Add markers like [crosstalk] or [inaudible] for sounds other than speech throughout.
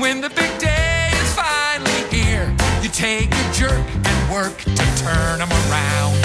when the big day is finally here, you take a jerk and work to turn them around.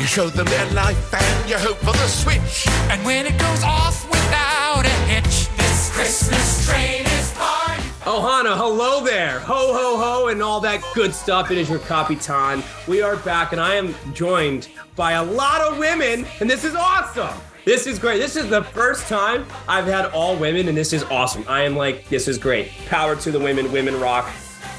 You show them their life and you hope for the switch. And when it goes off without a hitch, this Christmas train is part. Ohana, Oh, hello there. Ho, ho, ho, and all that good stuff. It is your Capitan. We are back, and I am joined by a lot of women, and this is awesome. This is great. This is the first time I've had all women, and this is awesome. I am like, this is great. Power to the women. Women rock.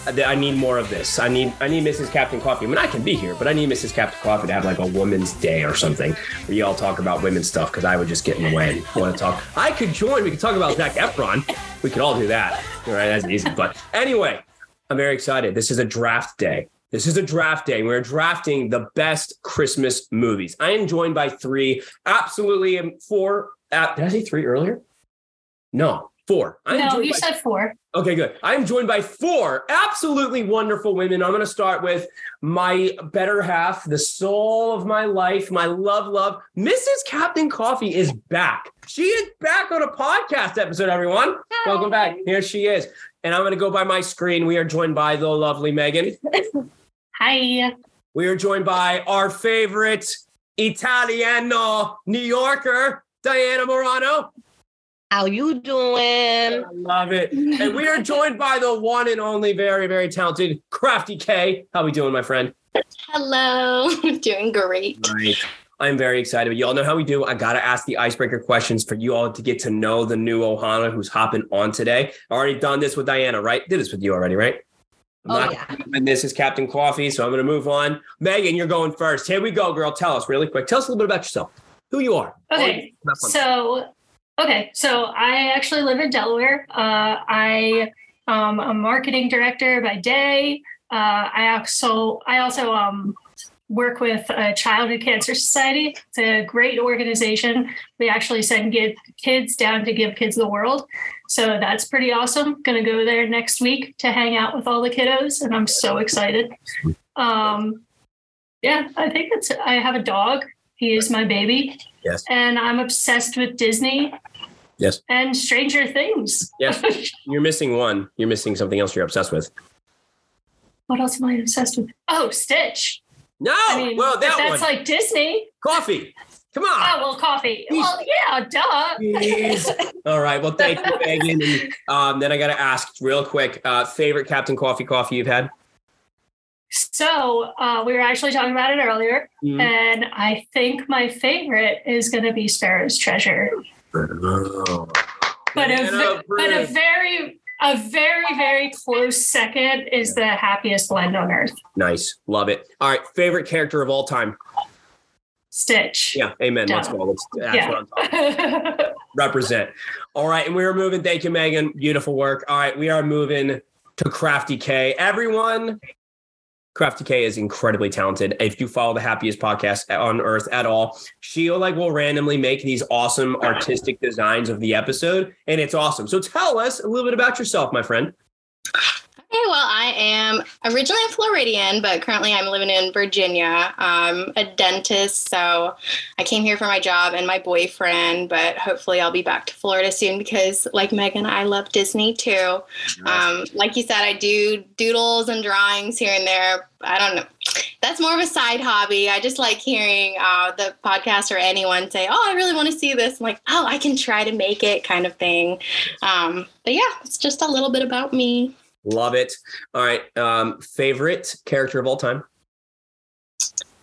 I I need more of this. I need I need Mrs. Captain Coffee. I mean, I can be here, but I need Mrs. Captain Coffee to have like a woman's day or something where you all talk about women's stuff because I would just get in the way and want to talk. I could join. We could talk about Zach Efron. We could all do that. All right, that's easy. But anyway, I'm very excited. This is a draft day. This is a draft day. We're drafting the best Christmas movies. I am joined by three, absolutely am four. Uh, did I say three earlier? No, four. I am No, joined you by said four. Okay, good. I'm joined by four absolutely wonderful women. I'm going to start with my better half, the soul of my life, my love, love. Mrs. Captain Coffee is back. She is back on a podcast episode, everyone. Welcome back. Here she is. And I'm going to go by my screen. We are joined by the lovely Megan. Hi. We are joined by our favorite Italiano New Yorker, Diana Morano. How you doing? Oh, I love it. And we are joined by the one and only very, very talented Crafty K. How we doing, my friend? Hello, doing great. Right. I'm very excited. But y'all know how we do. I gotta ask the icebreaker questions for you all to get to know the new Ohana who's hopping on today. I already done this with Diana, right? Did this with you already, right? I'm Oh not- yeah. And this is Captain Coffee, so I'm gonna move on. Megan, you're going first. Here we go, girl. Tell us really quick. Tell us a little bit about yourself. Who you are. Okay. All you- So, okay. So I actually live in Delaware. Uh, I um, am a marketing director by day. Uh, I also I also um, work with uh, Childhood Cancer Society. It's a great organization. They actually send give kids down to give kids the world. So that's pretty awesome. Going to go there next week to hang out with all the kiddos, and I'm so excited. Um, yeah, I think that's. I have a dog. He is my baby and I'm obsessed with Disney. Yes. And Stranger Things. Yes. You're missing one. You're missing something else you're obsessed with. [laughs] What else am I obsessed with? Oh, Stitch. No, I mean, Oh, well if that one. that's like Disney. Coffee. Come on. [laughs] Oh, well, coffee. Well, yeah, duh. All right. Well, thank you, Megan. And, um, then I got to ask real quick uh, favorite Captain Coffee coffee you've had? So uh, we were actually talking about it earlier, Mm-hmm. and I think my favorite is going to be Sparrow's Treasure. Uh, But a, Banana ve- but a bread. very, a very, very close second is the happiest blend on earth, Nice. Love it. All right. Favorite character of all time? Stitch. Yeah. Amen. Let's go. Let's, that's Yeah. what I'm talking Represent. All right. And we are moving. Thank you, Megan. Beautiful work. All right. We are moving to Crafty K. Everyone, Crafty K is incredibly talented. If you follow the happiest podcast on earth at all, she will like will randomly make these awesome artistic designs of the episode, and it's awesome. So tell us a little bit about yourself, my friend. Okay, well, I am originally a Floridian, but currently I'm living in Virginia. I'm a dentist, so I came here for my job and my boyfriend, but hopefully I'll be back to Florida soon because, like Megan, I love Disney too. Um, like you said, I do doodles and drawings here and there. I don't know. That's more of a side hobby. I just like hearing uh, the podcast or anyone say, "Oh, I really want to see this." I'm like, "Oh, I can try to make it," kind of thing. Um, but yeah, it's just a little bit about me. Love it. All right. Um, favorite character of all time?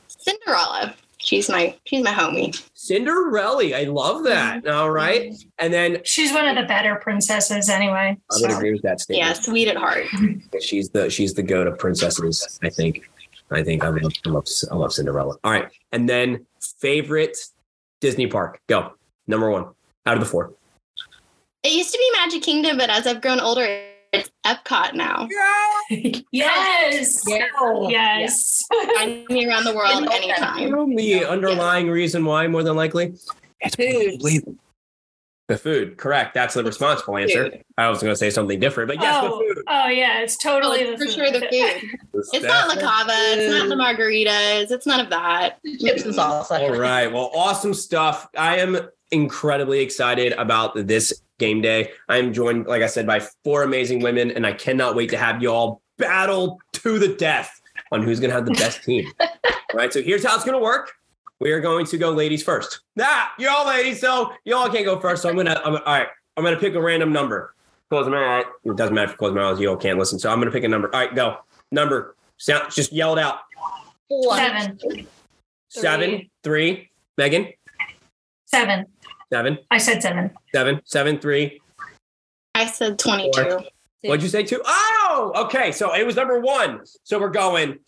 Cinderella. She's my she's my homie. Cinderella. I love that. All right. And then [laughs] She's one of the better princesses, I anyway. would so. agree with that statement. Yeah, sweet at heart. She's the she's the goat of princesses. I think. I think I love I love, I love Cinderella. All right, and then favorite Disney park. Go number one out of the four. It used to be Magic Kingdom, but as I've grown older, it's Epcot now. [laughs] Yes. Yes. Find me around the world anytime. The underlying reason why, more than likely, Food. the food. Correct. That's the responsible answer. I was going to say something different, but yes, oh, the food. oh, yeah. It's totally Oh, the for food. sure, the food. It's not La Cava. It's not the margaritas. It's none of that. Chips and salsa. All right. Well, awesome stuff. I am incredibly excited about this game day. I am joined, like I said, by four amazing women, and I cannot wait to have you all battle to the death on who's going to have the best team. all right, so here's how it's going to work. We are going to go ladies first. Nah, you all ladies, so you all can't go first. So I'm gonna, I'm, all right, I'm gonna pick a random number. Close my eye. It doesn't matter if you close my eyes. You all can't listen. So I'm gonna pick a number. All right, go. Number. Sound. Just yell it out. Seven. Seven, three. Megan. Seven. Seven, I said seven. seven, seven, three. I said 22. What'd you say? Two? Oh, okay. So it was number one. So we're going.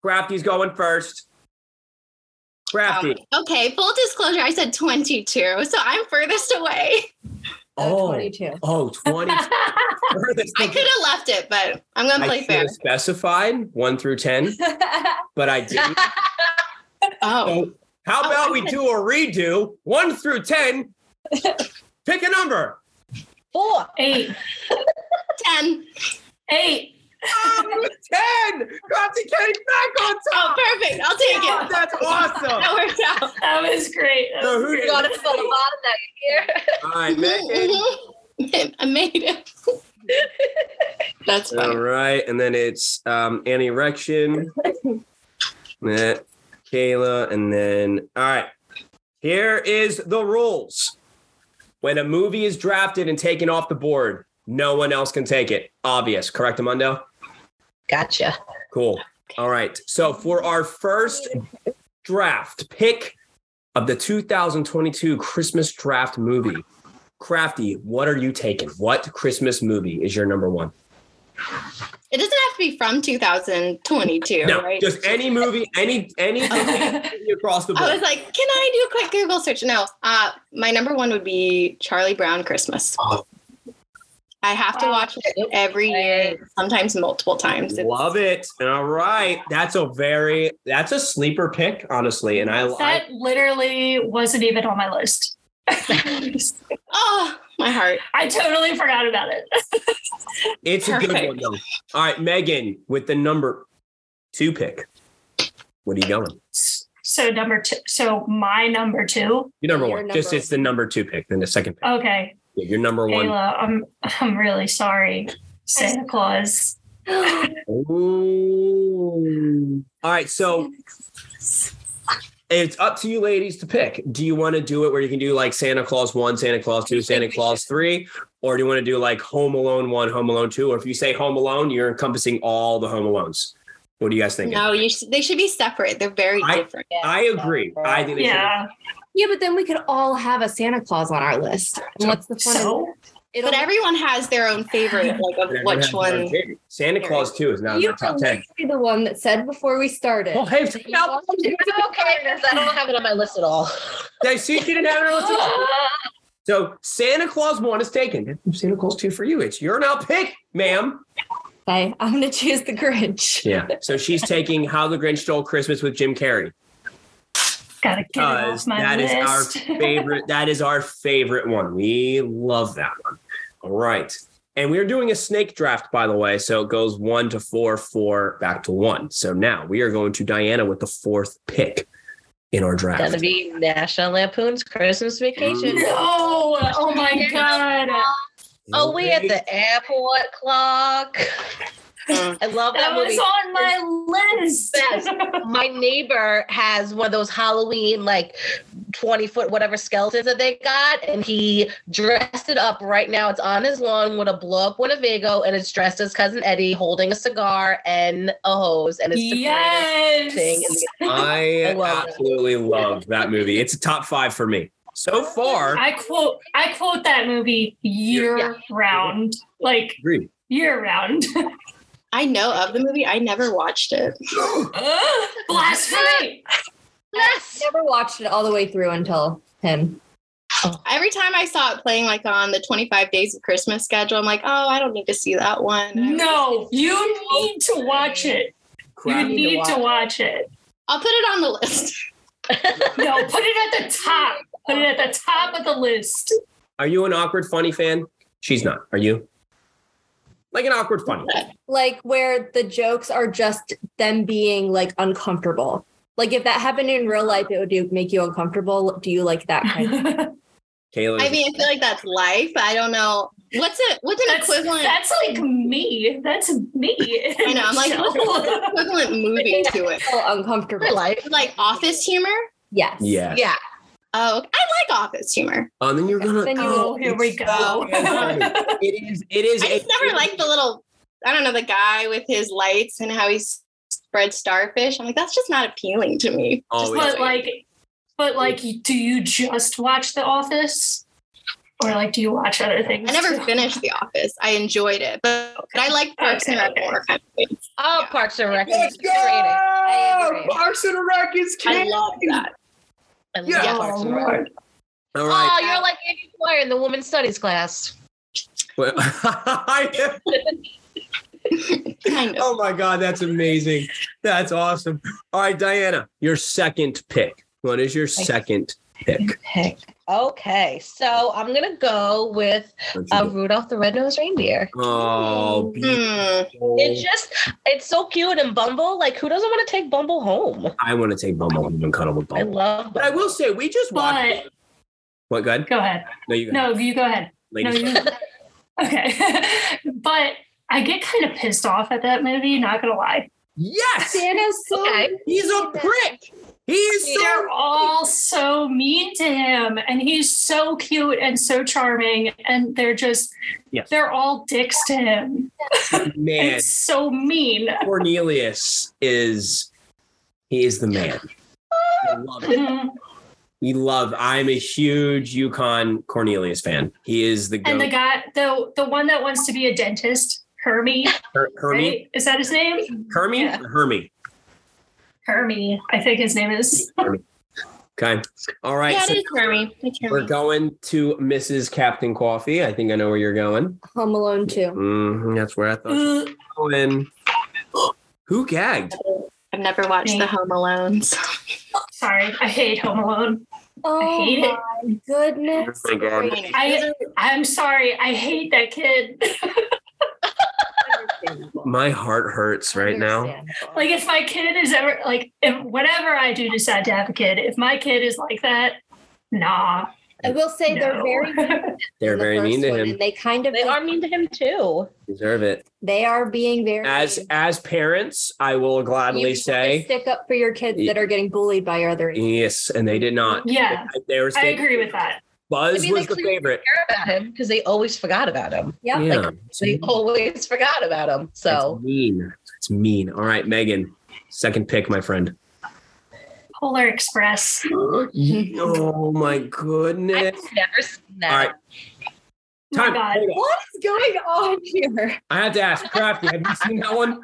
Crafty's going first. Crafty. Um, okay, full disclosure, I said 22, so I'm furthest away. Oh, 22. oh, 20. [laughs] Furthest I could have left it, but I'm going to I play should fair. have specified one through [laughs] 10, but I didn't. Oh, How about we do a redo? One through [laughs] 10. Pick a number. Four. Eight. 10. Eight. [laughs] Oh, 10. Crafty came back on Oh, top. perfect. I'll take Oh, it. that's [laughs] That awesome. worked out. That was great. That So was who great. Got us on the bottom that year. All right, Megan. Mhm. [laughs] I made it. [laughs] That's All funny. right, and then it's um, Annie Rection, Matt, Kayla, and then all right. Here is the rules: when a movie is drafted and taken off the board, no one else can take it. Obvious, correct, Amundo? Gotcha. Cool. All right. So for our first draft pick of the 2022 Christmas draft movie, Crafty, what are you taking? What Christmas movie is your number one? It doesn't have to be from 2022, No, right? just any movie, any [laughs] anything across the I was board. like, can I do a quick Google search? No. Uh, my number one would be Charlie Brown Christmas. Oh. I have to Wow. watch it every year, sometimes multiple times. It's- Love it. All right, that's a very that's a sleeper pick, honestly, and I like. That literally wasn't even on my list. [laughs] Oh, my heart. I totally forgot about it. [laughs] It's a good perfect. one though. All right, Megan with the number two pick. What are you going? So number two. So my number two. Your number Your one. number Just it's the number two pick, then the second Oh, pick. Okay, Yeah, your number one. Kayla, I'm I'm really sorry, Santa Claus. Ooh. All right, so it's up to you ladies to pick. Do you want to do it where you can do like Santa Claus 1, Santa Claus 2, Santa Claus 3? Or do you want to do like Home Alone 1, Home Alone 2? Or if you say Home Alone, you're encompassing all the Home Alones. What do you guys think? No, you sh- they should be separate. They're very I- different. I agree. I think they should. Yeah. Yeah, but then we could all have a Santa Claus on our list. And what's the fun? So in, But everyone has their own favorite, like of [laughs] Everyone has which their one. favorite. Santa Claus 2 is not in you the top 10. can be the one that said before we started. Well, hey, You no, want to do it? okay, because I don't have it on my list at all. they- she didn't have it on the top. So Santa Claus 1 is taken. Santa Claus 2 for you. It's your now pick, ma'am. Okay, I'm gonna choose the Grinch. Yeah. So she's taking How the Grinch Stole Christmas with Jim Carrey. gotta get it Because off my Uh, that is list. [laughs] our favorite. That is our favorite one. We love that one. All right. And we're doing a snake draft, by the way. So it goes one to four, four back to one. So now we are going to Diana with the fourth pick in our draft. That'll be National Lampoon's Christmas Vacation. no! Oh my Yes. god! Oh, we at the airport [laughs] clock. Mm. I love that, That was movie. on my list. Best. My neighbor has one of those Halloween, like 20 foot, whatever skeletons that they got, and he dressed it up right now. It's on his lawn with a blow up Winnebago, and it's dressed as Cousin Eddie holding a cigar and a hose. And it's the greatest thing. in yes. [laughs] the- I, I love it. absolutely loved that movie. It's a top five for me so far. I quote I quote that movie year Yeah. round, like agree. year round. [laughs] I know of the movie. I never watched it. Blasphemy! Yes! Never watched it all the way through until him. Every time I saw it playing like on the 25 days of Christmas schedule, I'm like, oh, I don't need to see that one. No, you need to watch it. You Crap. need to watch it. I'll put it on the list. No, put it at the top. Put it at the top of the list. Are you an awkward funny fan? She's not. Are you? Like an awkward funny. Like where the jokes are just them being like [laughs] uncomfortable. Like if that happened in real life, it would do, make you uncomfortable. Do you like that kind? of- Kayla. I mean, I feel like that's life. I don't know what's it. What's an That's, equivalent? that's like me. That's me. I know. [laughs] I'm like, [laughs] So- what's an [laughs] equivalent movie to it? So uncomfortable. My life. Like Office humor. Yes. yes. Yeah. Oh, I like Office humor. Um, then you're gonna. Then you [laughs] Oh, will- here we [laughs] go. it is. It is. I just never liked the little. I don't know the guy with his lights and how he s- spreads starfish. I'm like, that's just not appealing to me. [laughs] Oh, Just but like, but like, do you just watch The Office, or like, do you watch other things? I [laughs] never too? finished The Office. I enjoyed it, but, but I like Parks and Rec Okay. more. Kind of thing. Oh, Yeah. Parks and Rec. is Let's go! underrated. I agree. Parks and Rec is I king. love that. I love Yeah. Parks Oh, and Rec. Lord. All Oh, right. you're like Andy Dwyer in the women's studies class. Well, I- Kind of. [laughs] oh my God, that's amazing. That's awesome. All right, Diana, your second pick. What is your second pick? Heck. Okay, so I'm gonna go with What'd you uh, do? Rudolph the Red-Nosed Reindeer. Oh, Um, Hmm. beautiful. It's just, it's so cute. And Bumble, like, who doesn't want to take Bumble home? I want to take Bumble and cuddle with I Bumble. love But I will say, we just watched. But What? Go ahead. go ahead. No, you. No, you go ahead. No, Ladies. you. Okay, [laughs] but I get kind of pissed off at that movie. Not gonna lie, Yes, Santa's so Okay. he's a prick. He is so. they're all so mean to him, and he's so cute and so charming, and they're just Yes. they're all dicks to him. And Man, it's so mean. Cornelius is. He is the man. I [laughs] love it. Mhm. We love. I'm a huge Yukon Cornelius fan. He is the And the goat. guy, the the one that wants to be a dentist, Hermie, Her- Hermie, right? Is that his name? Hermie, Yeah. Or Hermie. Hermie, I think his name is. Okay. All right. Yeah, so it is Hermie. It's we're Hermie. going to Mrs. Captain Coffee. I think I know where you're going. Home Alone too. Mhm, that's where I thought you Ooh, were going. [gasps] Who gagged? I've never watched The Home Alones. sorry, I hate Home Alone. Oh hate it. my goodness. Oh my God. [laughs] gracious. I I'm sorry, I hate that kid. [laughs] My heart hurts right now. Understandable. like if my kid is ever like if whatever I do decide to have a kid, if my kid is like that, nah. I will say they're [laughs] no. very mean They're in the very first mean to one, him. and they kind of They are mean to him too. Deserve it. they are being very As mean. as parents, I will You gladly have to say stick up for your kids that are getting bullied by your other yes, and they did not. yeah, They were I agree with that. Buzz I mean, was they the clearly favorite. Care about him because they always forgot about him. Yep. yeah. They Mm-hmm. always forgot about him. So It's mean. It's mean. All right, Megan. Second pick, my friend. Polar Express. oh my I've goodness. never seen that. All right. Oh my Time. God. hold on. What is going on [laughs] here? I have to ask, Crafty, have you seen that one?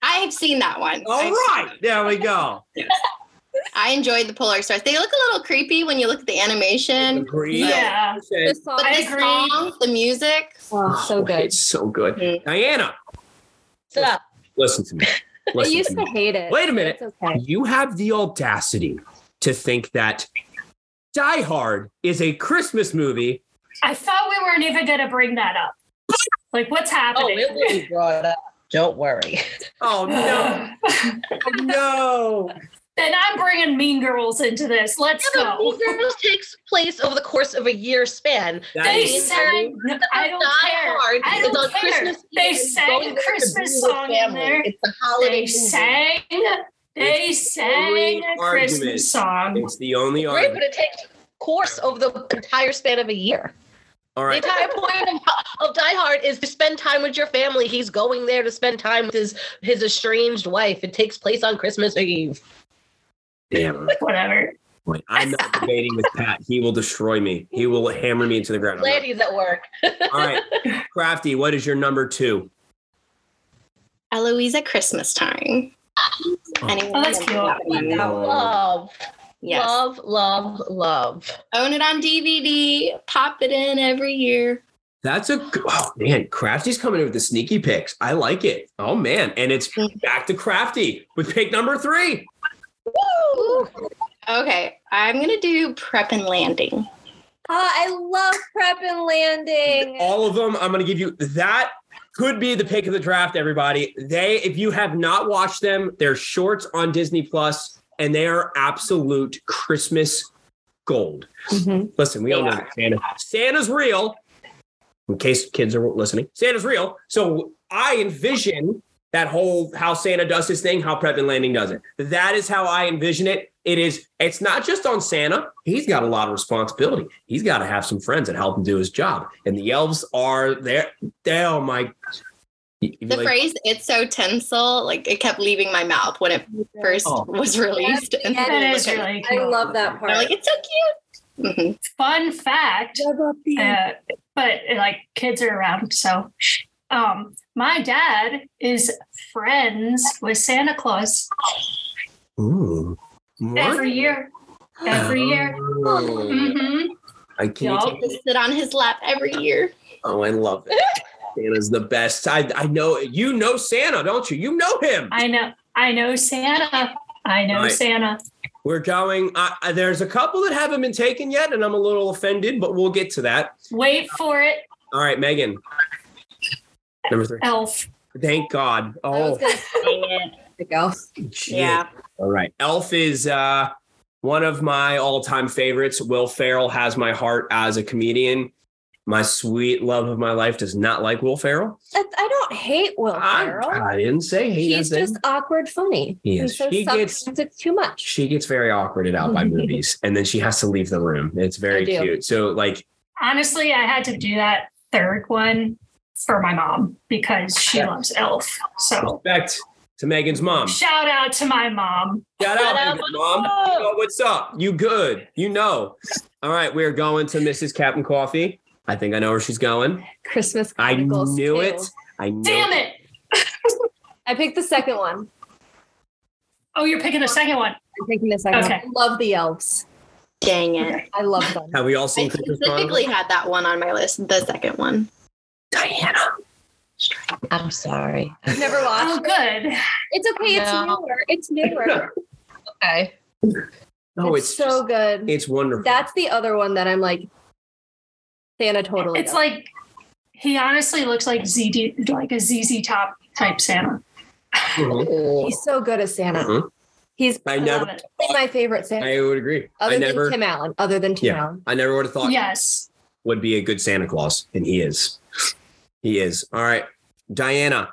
I've seen that one. All I've- right. There we go. I enjoyed the Polar Stars. They look a little creepy when you look at the animation, Agreed. Yeah. The It's song but I the agree. song, the music. oh, so good. It's so good. Mm. Diana, What's up? listen to me. I Listen used to to me. hate it. Wait a minute. It's okay. You have the audacity to think that Die Hard is a Christmas movie. I thought we weren't even gonna bring that up. Like what's Oh, happening? [sighs] it will be brought up. Don't [laughs] worry. Oh, [laughs] no. Oh, no. Then I'm bringing Mean Girls into this. Let's Yeah, go. but Mean Girls takes place over the course of a year span. That They is- sang. I don't Die care. Hard I is don't on care. Christmas They Eve. sang Going a there to Christmas be with song in family. there. It's a holiday. They movie. sang. They sang argument. a Christmas song. It's the only Great, argument. but it takes course over the entire span of a year. All right. The entire point of, of Die Hard is to spend time with your family. He's going there to spend time with his his estranged wife. It takes place on Christmas Eve. Damn. Whatever. point. I'm not debating with Pat. He will destroy me. He will hammer me into the ground. I'm Glad he's at work. not- All right, Crafty, what is your number two? Eloise at Christmas time. Anyone Oh, that's remember that one? cute. Love, Yes. love, love, love. Own it on DVD. Pop it in every year. That's a g- oh man, Crafty's coming in with the sneaky picks. I like it. Oh man, and it's back to Crafty with pick number three. Woo! Okay, I'm gonna do prep and landing. Ah, I love prep and landing. All of them. I'm going to give you that. Could be the pick of the draft, everybody. They, if you have not watched them, they're shorts on Disney Plus, and they are absolute Christmas gold. Listen, we all know that Santa. Santa's real. In case kids are listening, Santa's real. So I envision that whole how Santa does his thing, how Prep and Landing does it. That is how I envision it. It is. It's not just on Santa. He's got a lot of responsibility. He's got to have some friends that help him do his job. And the elves are there. They, oh my! The phrase "it's so tinsel" like it kept leaving my mouth when it first Oh. was released. Yeah, and yeah, then That it look is at it, really I cool. love that I'm part. like, it's so cute. Mhm. Fun fact, uh, but like kids are around, so um, my dad is friends with Santa Claus Ooh, What? every year. Every year. Oh, hmm I can't. Yup. To sit on his lap every year. Oh, I love it. Santa's the best. I I know you know Santa, don't you? You know him. I know. I know Santa. I know Right. Santa. We're going. I, I, there's a couple that haven't been taken yet, and I'm a little offended, but we'll get to that. Wait for it, All right, Megan. Number [laughs] three. elf. Thank God. I was Oh, gonna say to go. shit. Yeah. All right. Elf is uh, one of my all time favorites. Will Farrell has my heart as a comedian. My sweet love of my life does not like Will Farrell. I I don't hate Will Ferrell. I, I didn't say Ah, he He's doesn't. just awkward funny. He And is. so He gets- sometimes it's too much. she gets very awkwarded out [laughs] by movies and then she has to leave the room. It's very I do. cute. So like Honestly, I had to do that third one for my mom because she Yeah. Um, loves elf. So respect to Megan's mom. Shout shout out to my mom. out, Shout out, Megan's mom. Oh, what's up? You good? You know. All right, we're going to Mrs. Captain Coffee. I think I know where she's going. Christmas I Chronicles knew too. it. I knew Damn it. I picked the second one. Oh, you're picking the second one. I'm picking the second Okay. one. I love the elves. Dang it. I love them. Have we all I seen Christmas specifically Chronicles? had that one on my list, the second one. Diana. I'm sorry. I've never Oh, watched. it. good. It's okay. It's No. newer. It's newer. Okay. No, it's, so so good. it's wonderful. That's the other one that I'm like. Santa totally. It's does. like he honestly looks like ZD, like a ZZ Top type Santa. Mhm. he's so good as Santa. Mhm. He's I I never love it. probably my favorite Santa, I would agree. other I never than Tim Allen. Other than Tim Yeah. Allen, I never would have thought Yes. would be a good Santa Claus, and he is. He is. All right, Diana.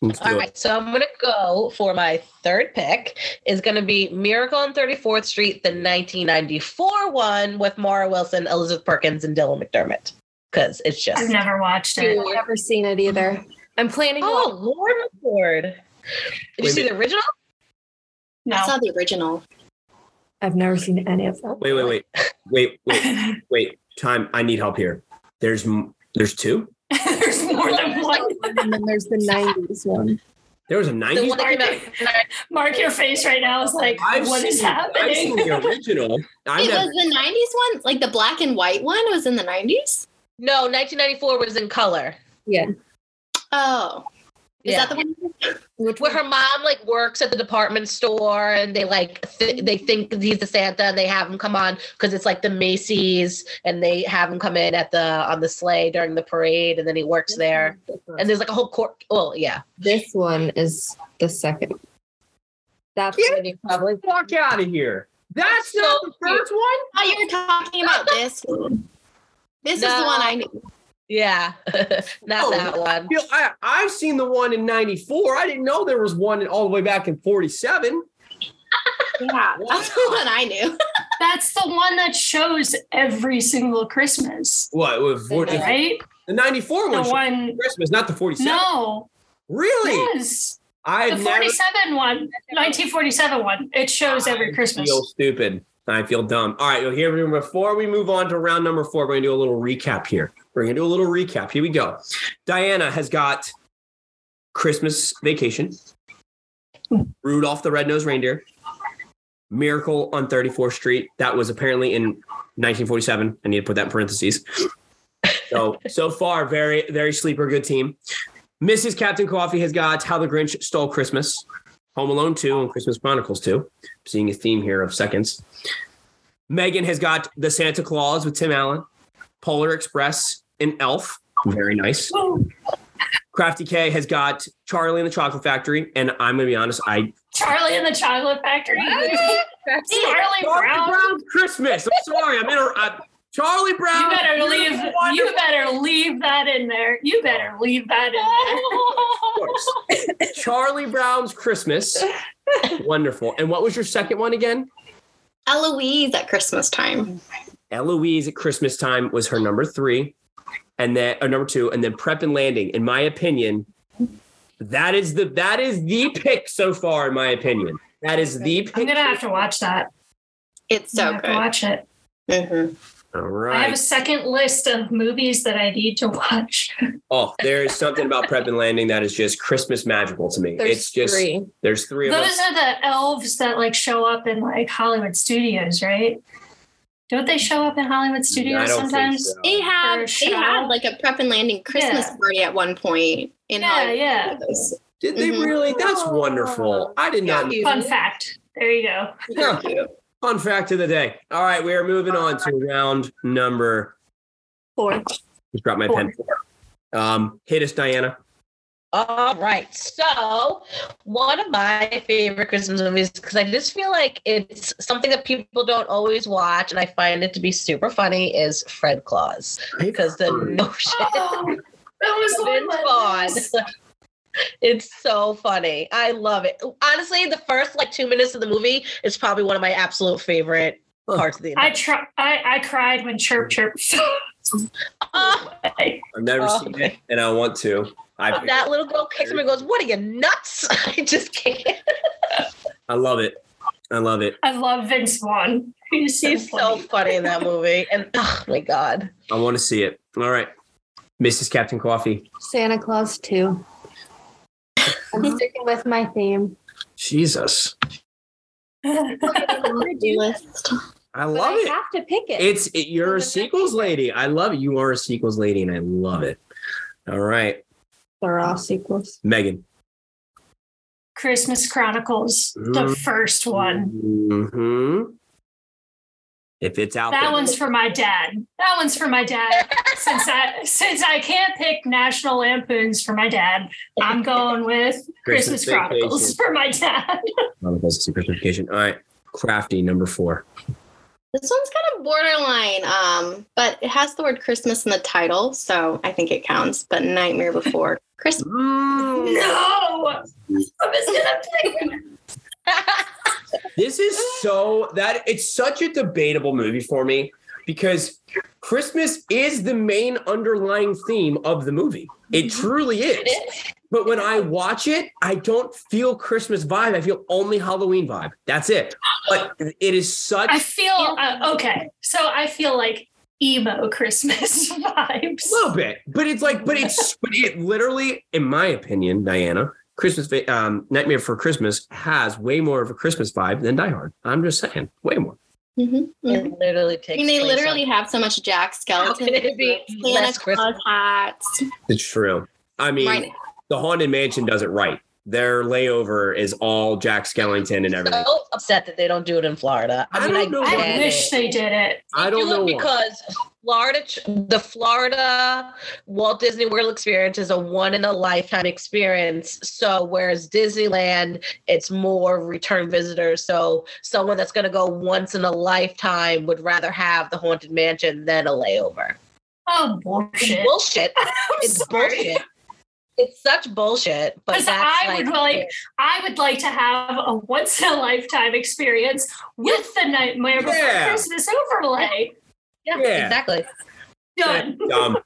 Let's All do it. right, so I'm gonna go for my third pick. Is gonna be Miracle on 34th Street, the 1994 one with Mara Wilson, Elizabeth Perkins, and Dylan McDermott. Because it's I've just never watched I've it. never seen it either. I'm planning. to watch- oh Lord, my Lord. Did you Wait a see the original? I No. saw the original. I've never seen any of them. Wait, wait, wait, wait, wait, wait. Time. I need help here. There's m- there's two. [laughs] There's more than one. and then there's the '90s one. There was a The '90s. one that came out. Mark your face right now is like, what is seen, I've seen happening? the original. I Wait, never. was the 90s one? Like the black and white one was in the 90s? No, 1994 was in color. Oh. Is Yeah. that the one? Which where her mom like works at the department store and they like th- they think he's the santa and they have him come on because it's like the macy's and they have him come in at the on the sleigh during the parade and then he works there and there's like a whole court well yeah this one is the second. That's Yeah. when you probably. Fuck out of here. That's So not the first one. Oh, you were talking about this one. This is the No. one I knew. yeah [laughs] not Oh. that one Bill, I, I've seen the one in '94. I didn't know there was one all the way back in '47. Yeah. That's the one I knew. [laughs] That's the one that shows every single Christmas, What? with 40, right? The '94 The one. should one. be Christmas, not the '47. No. Really? Yes. I The had never 47 one, 1947 one. It shows Ah, every Christmas. I feel stupid. I feel dumb. All right, well, here before we move on to round number four, we're gonna do a little recap here. We're gonna do a little recap. Here we go. Diana has got Christmas Vacation, Rudolph the Red-Nosed Reindeer, Miracle on 34th Street. That was apparently in 1947. I need to put that in parentheses. So so far, very very sleeper good team. Mrs. Captain Coffee has got How the Grinch Stole Christmas, Home Alone 2, and Christmas Chronicles 2 seeing a theme here of seconds. Megan has got the Santa Claus with Tim Allen, Polar Express, and Elf. Very nice. Ooh. Crafty K has got Charlie and the Chocolate Factory, and I'm gonna be honest, I Charlie and the Chocolate Factory. Ah, [laughs] Charlie Charlie Brown. Brown's Christmas. I'm sorry, I'm in a I, Charlie You Brown. better you're leave. You wonderful. better leave that in there. You better leave that in Oh. Of there. course. [laughs] Charlie Brown's Christmas. Wonderful. And what was your second one again? Eloise at Christmas time. Eloise at Christmas time was her number three, and then or number two, and then Prep and Landing. In my opinion, that is the that is the pick so far. In my opinion, that is the pick. I'm gonna have to watch that. It's I'm so oh, gonna have to good. watch it. Mm-hmm. Mhm. All I have a right. second list of movies that I need to [laughs] watch. Oh, there is something about Prep and Landing that is just Christmas magical to me. There's it's just three. there's three of Those us. are the elves that like show up in like Hollywood studios, right? Don't they show up in Hollywood I studios don't think sometimes? so. They For a have they show? had like a prep and landing Christmas Yeah. party at one point in Yeah, Hollywood. yeah. Did they Mhm. really? That's wonderful. I did not. Fun fact. There you go. Huh. Fun fact of the day. All right, we are moving on to round number. Four. Just dropped my pen. Um, hit us, Diana. All right. So, one of my favorite Christmas movies, because I just feel like it's something that people don't always watch, and I find it to be super funny, is Fred Claus. Because the notion Oh, [laughs] that was the one. that- it's fun. It's so funny. I love it. Honestly, the first like two minutes of the movie is probably one of my absolute favorite parts of the I movie. try. I, I cried when chirp chirp. [laughs] Oh, I've never Oh, seen it, okay. and I want to. I [laughs] that little girl kicks him and goes, "What are you nuts?" [laughs] I just can't. I love it. I love it. I love Vince Vaughn. [laughs] He's so He's so funny. funny in that movie, and oh my god. I want to see it. All right, Mrs. Captain Coffee. Santa Claus two. [laughs] I'm sticking with my theme. Jesus, List. I But love I it. have to pick it. It's it, you're a sequels lady. I love it. You are a sequels lady, and I love it. All right, They're all sequels. Megan. [laughs] Christmas Chronicles, the first one. hmm If it's out That there, one's for my dad. That one's for my dad. Since I [laughs] since I can't pick National Lampoons for my dad, I'm going with [laughs] Christmas, Chronicles for my dad. [laughs] Chronicles is a Christmas vacation. All right, crafty number four. [laughs] This one's kind of borderline, um, but it has the word Christmas in the title, so I think it counts. But Nightmare Before Christmas. No, I'm just [laughs] gonna pick. This is so that it's such a debatable movie for me because Christmas is the main underlying theme of the movie. It truly is. But when I watch it, I don't feel Christmas vibe. I feel only Halloween vibe. That's it. But it is such I feel uh, okay. So I feel like emo Christmas [laughs] vibes. A little bit, but it's like, but it's, but it literally, in my opinion, Diana, Christmas, va- um, Nightmare for Christmas has way more of a Christmas vibe than Die Hard. I'm just saying, way more. Mhm, mhm. It literally takes. I mean, they place literally have so much Jack on- How skeleton, could it be Santa less Christmas? Claus hats. It's true. I mean, Right. the Haunted Mansion does it right. Their layover is all Jack Skellington and everything. So upset that they don't do it in Florida. I don't know I get wish it. they did it. I don't do it know why. because Florida, ch- the Florida Walt Disney World experience is a one in a lifetime experience. So whereas Disneyland, it's more return visitors. So someone that's going to go once in a lifetime would rather have the haunted mansion than a layover. Oh bullshit! Bullshit. [laughs] I'm It's sorry. bullshit. It's such bullshit. But Because that's I like, would like, I would like to have a once in a lifetime experience with the Nightmare Before Yeah. Christmas overlay. Yeah. [laughs] exactly. Done. dumb,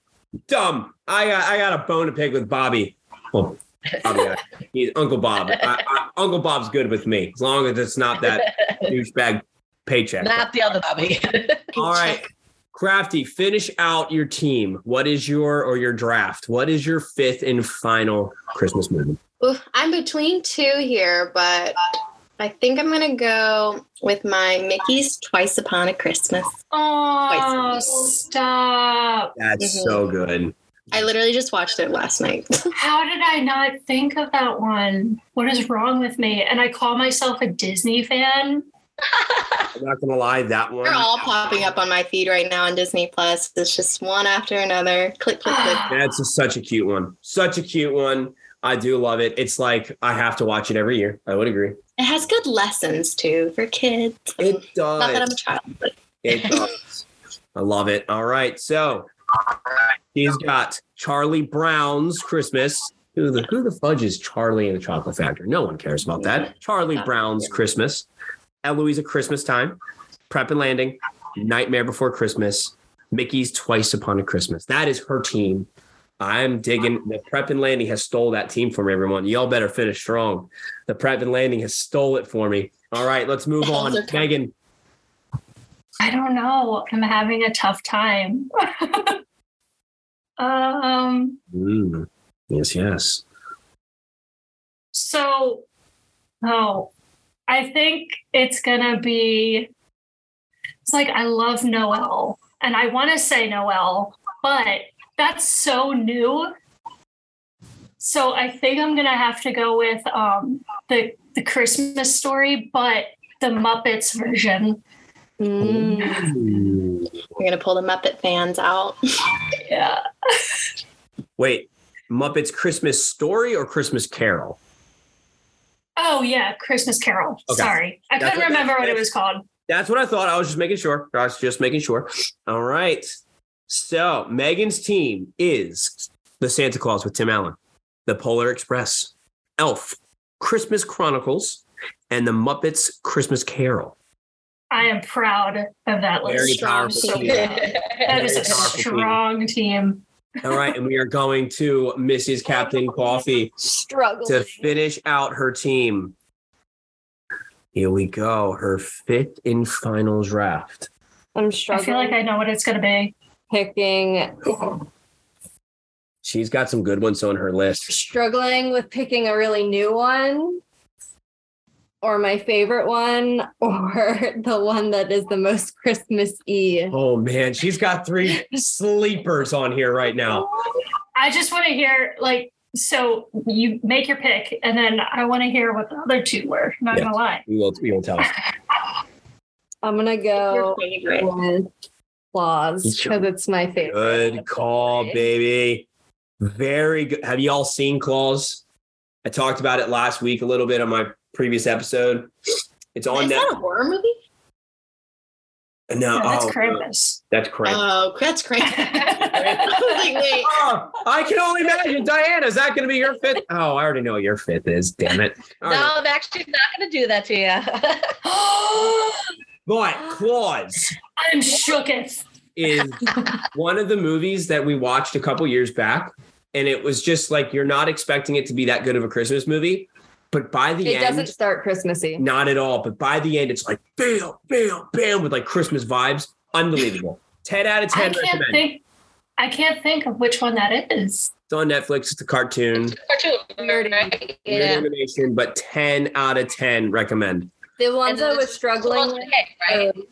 dumb. I got, I got a bone to pick with Bobby. Well, Bobby, I- he's Uncle Bob. I, I, Uncle Bob's good with me as long as it's not [laughs] that douchebag paycheck. Not the other Bobby. All right. Crafty, finish out your team. What is your or your draft? What is your fifth and final Christmas movie? Oof, I'm between two here, but I think I'm gonna go with my Mickey's Twice Upon a Christmas. Oh, Twice. stop! That's Mm-hmm. Mhm. so good. I literally just watched it last night. [laughs] How did I not think of that one? What is wrong with me? And I call myself a Disney fan. I'm not gonna lie, that one. They're all popping up on my feed right now on Disney Plus. It's just one after another. Click, [sighs] click, click. That's just such a cute one. Such a cute one. I do love it. It's like I have to watch it every year. I would agree. It has good lessons too for kids. It Not that I'm does. a child, but It does. I love it. All right. So he's got Charlie Brown's Christmas. Who the who the fudge is Charlie and the Chocolate Factory? No one cares about that. Charlie Brown's Christmas. Eloisa Christmas Time. Prep and Landing. Nightmare Before Christmas. Mickey's Twice Upon a Christmas. That is her team. I'm digging the prep and landing has stole that team from everyone. Y'all better finish strong. The prep and landing has stole it for me. All right, let's move The on. hell's okay. Megan, I don't know. I'm having a tough time. [laughs] um. Mm. Yes, yes. So, oh, I think it's gonna be. It's like I love Noel, and I want to say Noel, but that's so new. So I think I'm gonna have to go with um, the the Christmas story, but the Muppets version. Mm. Mm. we're gonna pull the Muppet fans out. Yeah, [clears throat] Wait, Muppets Christmas Story or Christmas Carol? Oh yeah, Christmas Carol. Okay. Sorry, I That's what- couldn't remember what it was called. That's what I thought. I was just making sure. I was just making sure. All right. So Megan's team is the Santa Claus with Tim Allen, the Polar Express, Elf, Christmas Chronicles, and the Muppets Christmas Carol. I am proud of that Very list. powerful So team. proud. [laughs] That is Very a powerful team. strong team. All right, and we are going to Mrs. Captain Coffee. Struggle. to finish out her team. Here we go. Her fifth and final draft. I I'm feel struggling. like I know what it's going to be. picking. She's got some good ones on her list. Struggling with picking a really new one, or my favorite one, [laughs] or the one that is the most Christmas-y. Oh man, she's got three sleepers on here right now. I just want to hear like so you make your pick, and then I want to hear what the other two were. Not Yeah. gonna lie. We will. We will tell. I'm gonna go Your favorite. with Claus because it's my favorite. [laughs] Good call, baby. Very good. Have you all seen Claws? I talked about it last week a little bit on my previous episode. It's on Is that. that a horror movie? No, No, that's oh, [laughs] Krampus. that's Krampus. Oh, that's great. [laughs] I was like, wait, Oh, I can only imagine. Diana, is that going to be your fifth? Oh, I already know what your fifth is. Damn it. All no, right. I'm actually not going to do that to [laughs] you. But Claws I'm shooketh. is one of the movies that we watched a couple years back. And it was just like, you're not expecting it to be that good of a Christmas movie. But by the It end, doesn't start Christmassy. not at all. But by the end, it's like, bam, bam, bam, with like Christmas vibes. Unbelievable. 10 out of I 10 can't recommend. think. I can't think of which one that is. It's on Netflix. It's a cartoon. Cartoon, right? Weird Yeah. animation, but 10 out of 10 recommend. The ones And then I was this- struggling with. Okay, right? were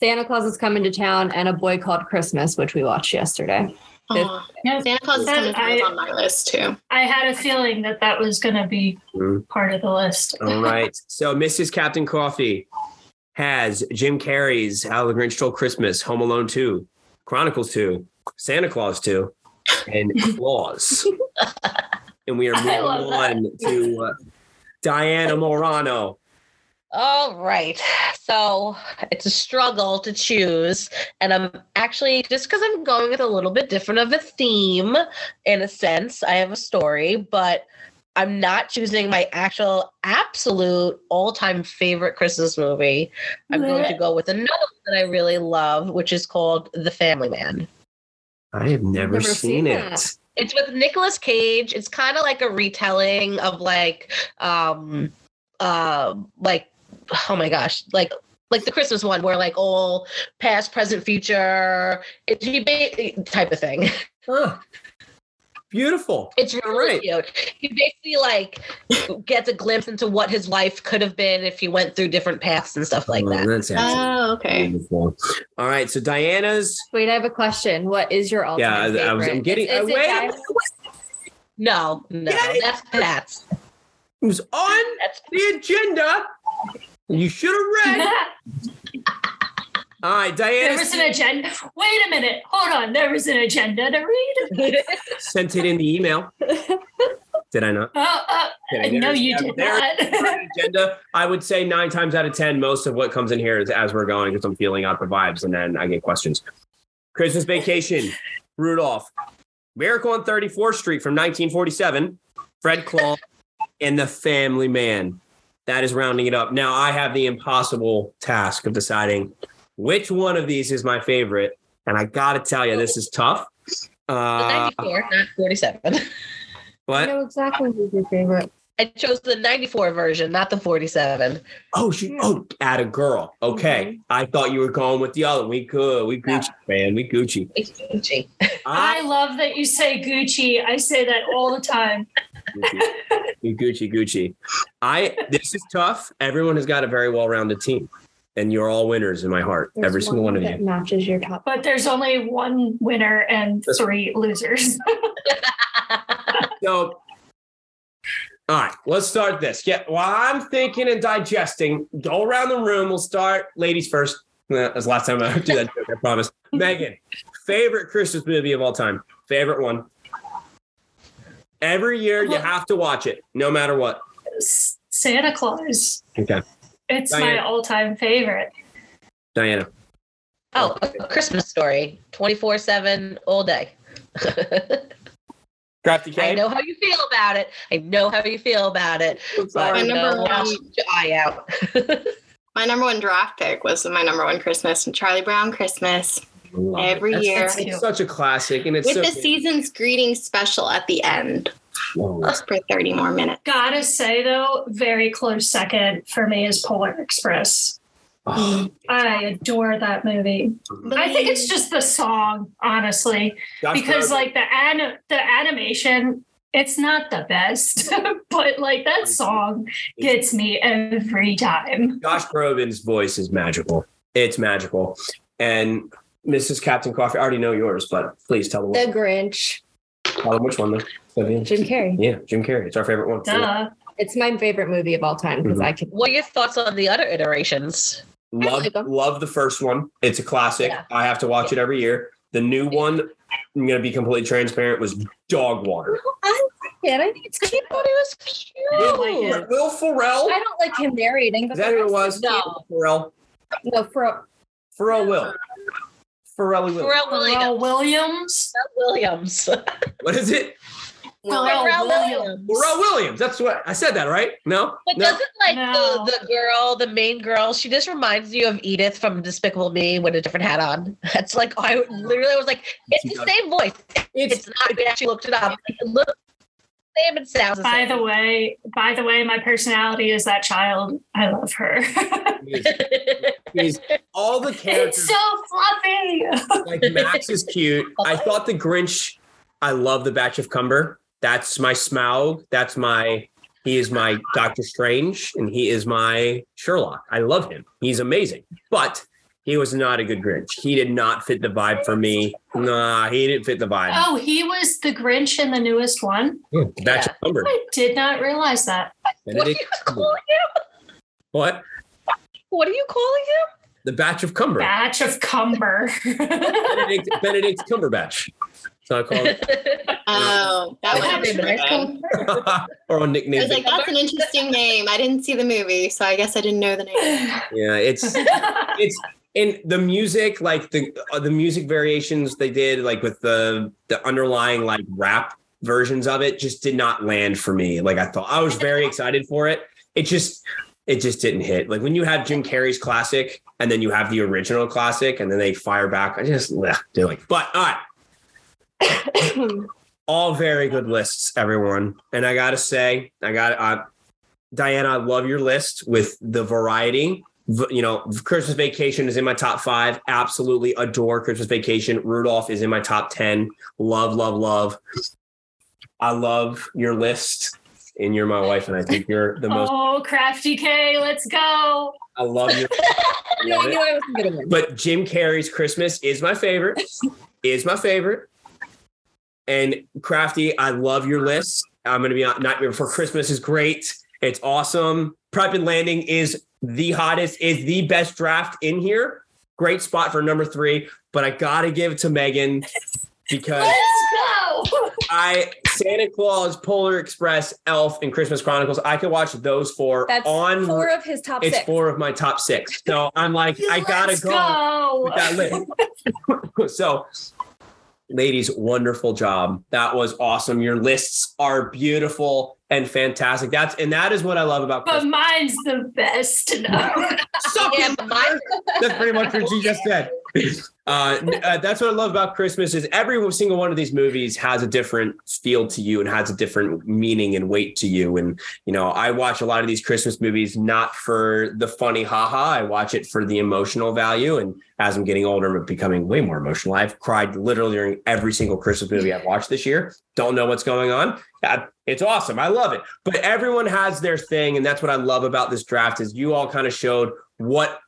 Santa Claus is coming to town and a boy called Christmas, which we watched yesterday. aw. Yeah, Oh. Santa Claus is coming I- was on my list too. I had a feeling that that was going to be Mhm. part of the list. All right. So Mrs. Captain Coffee has Jim Carrey's How the Grinch Stole Christmas, Home Alone 2, Chronicles 2, Santa Claus 2, and Claus. and we are I moving love that. on to uh, Diana Morano. All right. So it's a struggle to choose. And I'm actually, just because I'm going with a little bit different of a theme, in a sense, I have a story, but I'm not choosing my actual absolute all time favorite Christmas movie. I'm going to go with another one that I really love, which is called The Family Man. I have never, Never seen, seen it. that. It's with Nicolas Cage. It's kind of like a retelling of like um uh like oh my gosh, like like the Christmas one where like all past, present, future, it's you ba- type of thing. [laughs] Huh. Beautiful. It's really Right. cute. He basically like gets a glimpse into what his life could have been if he went through different paths and stuff like Oh, that. That's actually Oh, okay. beautiful. All right. So Diana's. Wait, I have a question. What is your all-time Yeah, I, favorite? I was, I'm getting. Is- is uh, it wait a Diana? minute. No, no, Get it. that's that's It was on that's [laughs] the agenda. You should have read. All right, [laughs] there Diana was an agenda. Wait a minute. Hold on. There was an agenda to read. sent it in the [laughs] email. Did I not? Oh, uh, Did I no, There's- you yeah, did there's not. the agenda. I would say nine times out of ten, most of what comes in here is as we're going because I'm feeling out the vibes, and then I get questions. Christmas Vacation, Rudolph, Miracle on 34th Street from 1947, Fred Claus, and The Family Man. That is rounding it up. Now I have the impossible task of deciding which one of these is my favorite, and I gotta tell you, this is tough. The Uh, 94, not 47. I but know exactly who's your favorite. I chose the 94 version, not the 47. Oh, she oh at a girl. Okay. I thought you were going with the other. We good. We Gucci, man. We Gucci. Gucci. I I love that you say Gucci. I say that all the time. Gucci. We Gucci Gucci. I this is tough. Everyone has got a very well-rounded team. And you're all winners in my heart. There's Every single one of that you. matches your top. But there's only one winner and three losers. So all right, let's start this. Yeah, while I'm thinking and digesting, go around the room. We'll start ladies first. Nah, That's the last time I [laughs] do that joke, I promise. Megan, favorite Christmas movie of all time. Favorite one. Every year Uh-huh. you have to watch it, no matter what. S- Santa Claus. Okay. It's Diane. my all-time favorite. Diana. Oh, a Christmas story, 24 7, all day. [laughs] Crafty I K. know how you feel about it. I know how you feel about it. But My no, number one- watch your eye out. [laughs] My number one draft pick was my number one Christmas, Charlie Brown Christmas, Love it. every That's- year that's- It's such a classic, and it's with so the season's greeting special at the end Whoa. for 30 more minutes. Gotta say though, very close second for me is Polar Express. Oh, I adore that movie. I think it's just the song, honestly, Josh because Brolin. like the an- the animation, it's not the best, [laughs] but like that song gets me every time. Josh Groban's voice is magical. It's magical, and Mrs. Captain Coffee. I already know yours, but please tell them. The Grinch. Tell them which one though. Olivia. Jim Carrey. Yeah, Jim Carrey. It's our favorite one. Duh. It's my favorite movie of all time Mm-hmm. because I can. What are your thoughts on the other iterations? Love, like 'em. love the first one. It's a classic. Yeah. I have to watch it every year. The new one, I'm gonna be completely transparent, was dog water. Yeah, I think it's I cute. thought it was cute. Will, Will Ferrell. I don't like him narrating. But Is that who it the was? rest of them- Ferrell. No, no, [clears throat] for Ferrell Will. Ferrell Will. Pharrell Williams. Pharrell Williams. Williams. What is it? Pharrell [laughs] Pharrell Williams. Pharrell Williams. That's what I said. That right? No. But no. doesn't like No. the, the girl, the main girl, she just reminds you of Edith from Despicable Me with a different hat on. [laughs] That's like I literally was like, it's She the does. same voice. It's- It's, not. We actually looked [laughs] it up. It looks the same and sounds the By same. the [laughs] way, by the way, my personality is that child. I love her. He's- [laughs] all the it's characters so fluffy. like Max is [laughs] cute. I thought the Grinch. I love the Batch of Cumber. That's my Smaug. That's my. He is my Doctor Strange, and he is my Sherlock. I love him. He's amazing, but he was not a good Grinch. He did not fit the vibe for me. Nah, he didn't fit the vibe. Oh, he was the Grinch in the newest one. Batch of Cumber. I did not realize that. Oh, what are you Benedict calling him? What? What are you calling him? The Batch of Cumber. Batch of [laughs] Cumber. Benedict, Benedict Cumberbatch. So I [laughs] call it. Oh, that That would have would've been nice. been [laughs] or on I nickname. was like, that's an interesting name. I didn't see the movie, so I guess I didn't know the name. [laughs] yeah, [laughs] it's it's and the music like the uh, the music variations they did like with the the underlying like rap versions of it just did not land for me like i thought i was very excited for it it just it just didn't hit like when you have jim carrey's classic and then you have the original classic and then they fire back i just bleh, didn't like but all right all very good lists, everyone. And I gotta say, I got uh, Diana. I love your list with the variety. V- you know, Christmas Vacation is in my top five. Absolutely adore Christmas Vacation. Rudolph is in my top ten. Love, love, love. I love your list, and you're my wife, and I think you're the most. oh, Crafty K, let's go. I love your. No, Love I it. knew I wasn't gonna win. But Jim Carrey's Christmas is my favorite. is my favorite. And Crafty, I love your list. I'm gonna be on Nightmare Before Christmas is great. It's awesome. Prep and Landing is the hottest, is the best draft in here. Great spot for number three, but I gotta give it to Megan because Let's go. I Santa Claus, Polar Express, Elf, and Christmas Chronicles. I could watch those four That's on. four of his top it's six. four of my top six. So I'm like, I gotta Let's go go. [laughs] with that list. [laughs] so, ladies, wonderful job. That was awesome. Your lists are beautiful and fantastic. That's and that is what I love about But Christmas. mine's the best. No. Suck Yeah, it, but mine- that's pretty much what you just said. Uh, n- uh, that's what I love about Christmas is every single one of these movies has a different feel to you and has a different meaning and weight to you. And you know, I watch a lot of these Christmas movies not for the funny haha. I watch it for the emotional value. And as I'm getting older, I'm becoming way more emotional. I've cried literally during every single Christmas movie I've watched this year. Don't know what's going on. Uh, It's awesome. I love it. But everyone has their thing, and that's what I love about this draft. Is you all kind of showed what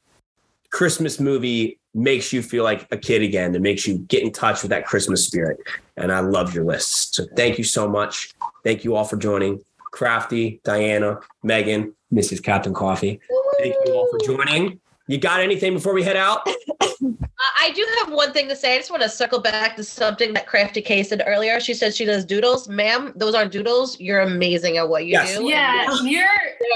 Christmas movie makes you feel like a kid again and makes you get in touch with that Christmas spirit. And I love your lists. So thank you so much. Thank you all for joining. Crafty, Diana, Megan, Mrs. Captain Coffee. Thank you all for joining. You got anything before we head out? Uh, I- I do have one thing to say. I just want to circle back to something that Crafty K said earlier. She said she does doodles. Ma'am, those aren't doodles. You're amazing at what you Yes. do. yeah, you're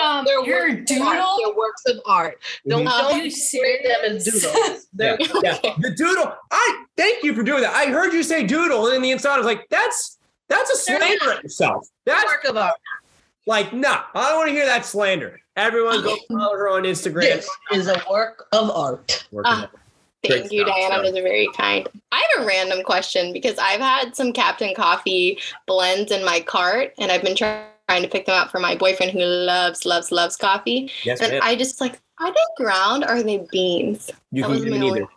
um, They're you're works of art. doodle. They're works of art. Don't, Are don't you treat them serious? as doodles. They're Yeah. The doodle. I thank you for doing that. I heard you say doodle, and in the inside, I was like, that's that's a slander at yourself. That's work of art. like, nah, I don't want to hear that slander. Everyone [laughs] go follow her on Instagram. This is a work of art. Working Uh, Great Thank you, stuff, Diana. so. Those are very kind. I have a random question because I've had some Captain Coffee blends in my cart, and I've been try- trying to pick them out for my boyfriend who loves, loves, loves coffee. Yes, And ma'am. I just like, are they ground? Or are they beans? You that can was get my it only- either.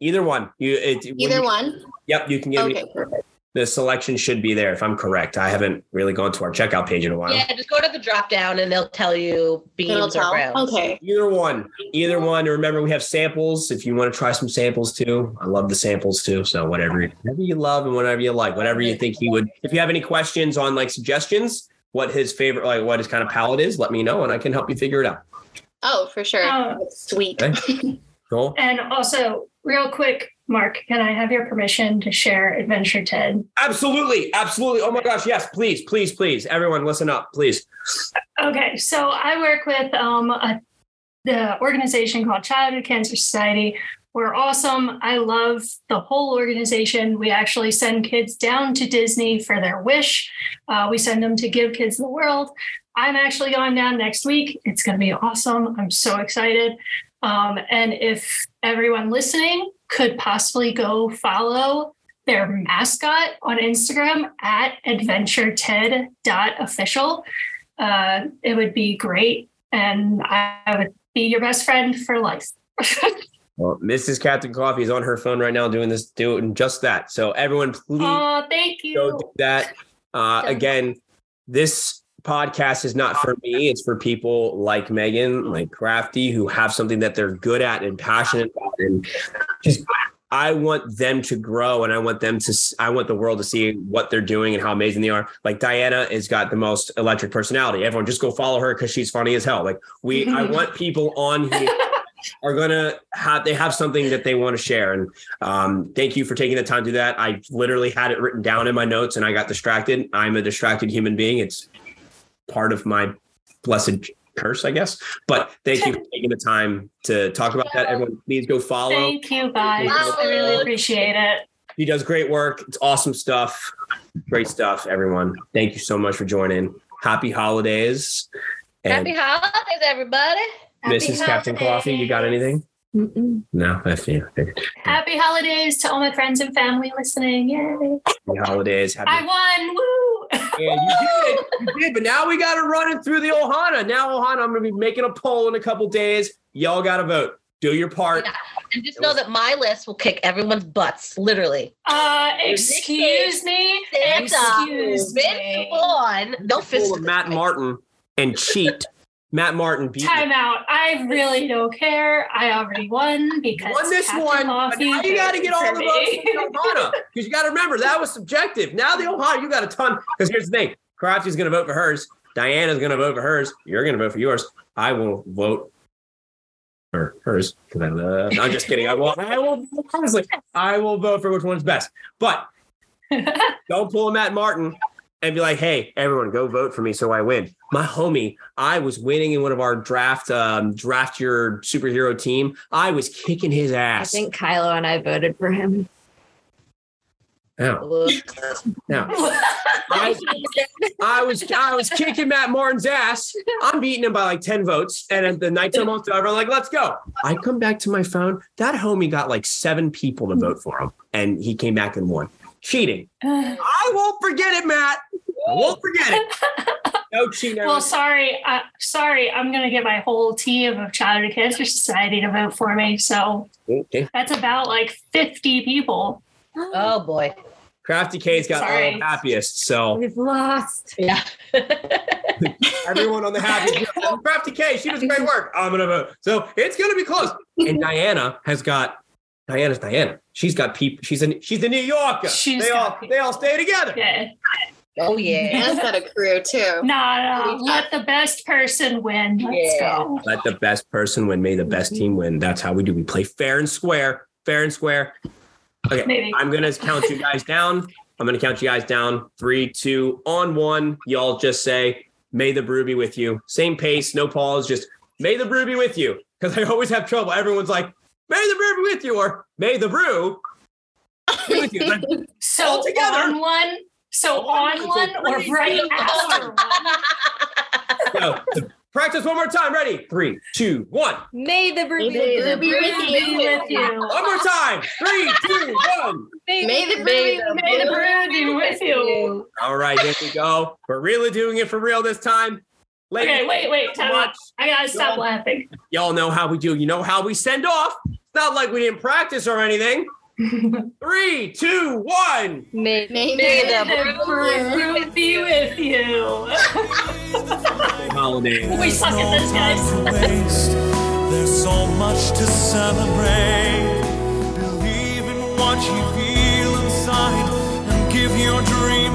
Either one. You it, when Either you- one. Yep, you can get okay, it. perfect. The selection should be there if I'm correct. I haven't really gone to our checkout page in a while. Yeah, just go to the drop down and they'll tell you It'll beans or tell. grounds. Okay. Either one. Either one. Remember, we have samples. If you want to try some samples too, I love the samples too. So whatever, whatever you love and whatever you like, whatever you think he would. If you have any questions on like suggestions, what his favorite, like what his kind of palette is, let me know and I can help you figure it out. Oh, for sure. Oh. That's Sweet. Okay. [laughs] Cool. And also, real quick, Mark, can I have your permission to share Adventure Ted? Absolutely, absolutely. Oh my gosh, yes, please, please, please. Everyone, listen up, please. Okay, so I work with um, a, the organization called Childhood Cancer Society. We're awesome. I love the whole organization. We actually send kids down to Disney for their wish. Uh, we send them to Give Kids the World. I'm actually going down next week. It's going to be awesome. I'm so excited. Um, and if everyone listening could possibly go follow their mascot on Instagram at adventureted.official, uh, it would be great. And I would be your best friend for life. Well, Mrs. Captain Coffee is on her phone right now doing this, doing just that. So everyone, please oh, thank Mm-hmm. go you. do that. Uh, Done. again, this podcast is not for me. It's for people like Megan, like Crafty, who have something that they're good at and passionate about, and just. I want them to grow and I want them to, s- I want the world to see what they're doing and how amazing they are. Like Diana has got the most electric personality. Everyone just go follow her because she's funny as hell. Like we, I want people on here are gonna have they have something that they want to share and um, thank you for taking the time to do that i literally had it written down in my notes and i got distracted i'm a distracted human being it's part of my blessed curse i guess but thank you for taking the time to talk about that everyone please go follow Thank you guys. I really appreciate it. he does great work it's awesome stuff great stuff everyone thank you so much for joining happy holidays and Happy holidays, everybody. mrs captain coffee you got anything Mm-mm. no i figured Happy holidays to all my friends and family listening. Yay. happy holidays happy I won. Woo. Yeah, you did. You did. But now we got to run it through the Ohana. Now, Ohana, I'm going to be making a poll in a couple days. Y'all got to vote. Do your part. Yeah. And just know that my list will kick everyone's butts, literally. Uh, excuse me. Excuse me. Vince Vaughn. Don't fist Pull of Matt Martin and cheat. Matt Martin beat me. Time out. I really don't care. I already won because Won this Captain one. But Coffee now you got to get all voted the for votes me. for [laughs] the Ohana because you got to remember that was subjective. Now the Ohana, you got a ton. Because here's the thing: Crafty's going to vote for hers. Diana's going to vote for hers. You're going to vote for yours. I will vote or hers. 'cause I love- no, I'm just kidding. I will. I will honestly. I will vote for which one's best. But don't pull a Matt Martin and be like, "Hey, everyone, go vote for me so I win." My homie, I was winning in one of our draft um, draft your superhero team. I was kicking his I ass. think Kylo and I voted for him. Now, now, I, I was I was kicking Matt Martin's ass. I'm beating him by like 10 votes. And at the night time almost over, I'm like, let's go. I come back to my phone. That homie got like seven people to vote for him. And he came back and won. Cheating. I won't forget it, Matt. I won't forget it. [laughs] No cheating. well, sorry, uh, sorry, I'm gonna get my whole team of Childhood and Cancer Society to vote for me. So Okay. that's about like 50 people. Oh boy. Crafty K's got all Sorry. the happiest. So We've lost. Yeah. everyone on the happy. [laughs] Crafty K, she does great work. Ah, I'm gonna vote. So it's gonna be close. And Diana has got Diana's Diana. She's got people. She's in. She's the New Yorker. She's they all got they all stay together. Yeah. Oh yeah. [laughs] Anna's got a crew too. No, no, uh, let the best person win. Let's Yeah. go. Let the best person win. May the best team win. That's how we do. We play fair and square. Fair and square. Okay. Maybe. I'm gonna count you guys down. I'm gonna count you guys down. Three, two, on one. Y'all just say, "May the brew be with you." Same pace, no pause. Just "May the brew be with you," because I always have trouble. Everyone's like, "May the brew be with you," or "May the brew be with you." It's like, So all together. on one, so on one or right after one. go. Practice one more time. Ready? Three, two, one. May the brew May be the with you. brew Be with you. One more time. Three, two, one. May the May brew May the brew be with you. All right, here we go. We're really doing it for real this time. Ladies, Okay, wait, wait, time out. watch. I gotta stop laughing. Y'all know how we do. You know how we send off. It's not like we didn't practice or anything. Three, two, one. May May May the the The brew be with you. Holiday. We suck at this, guys. There's so much to celebrate. Believe in what you feel inside and give your dream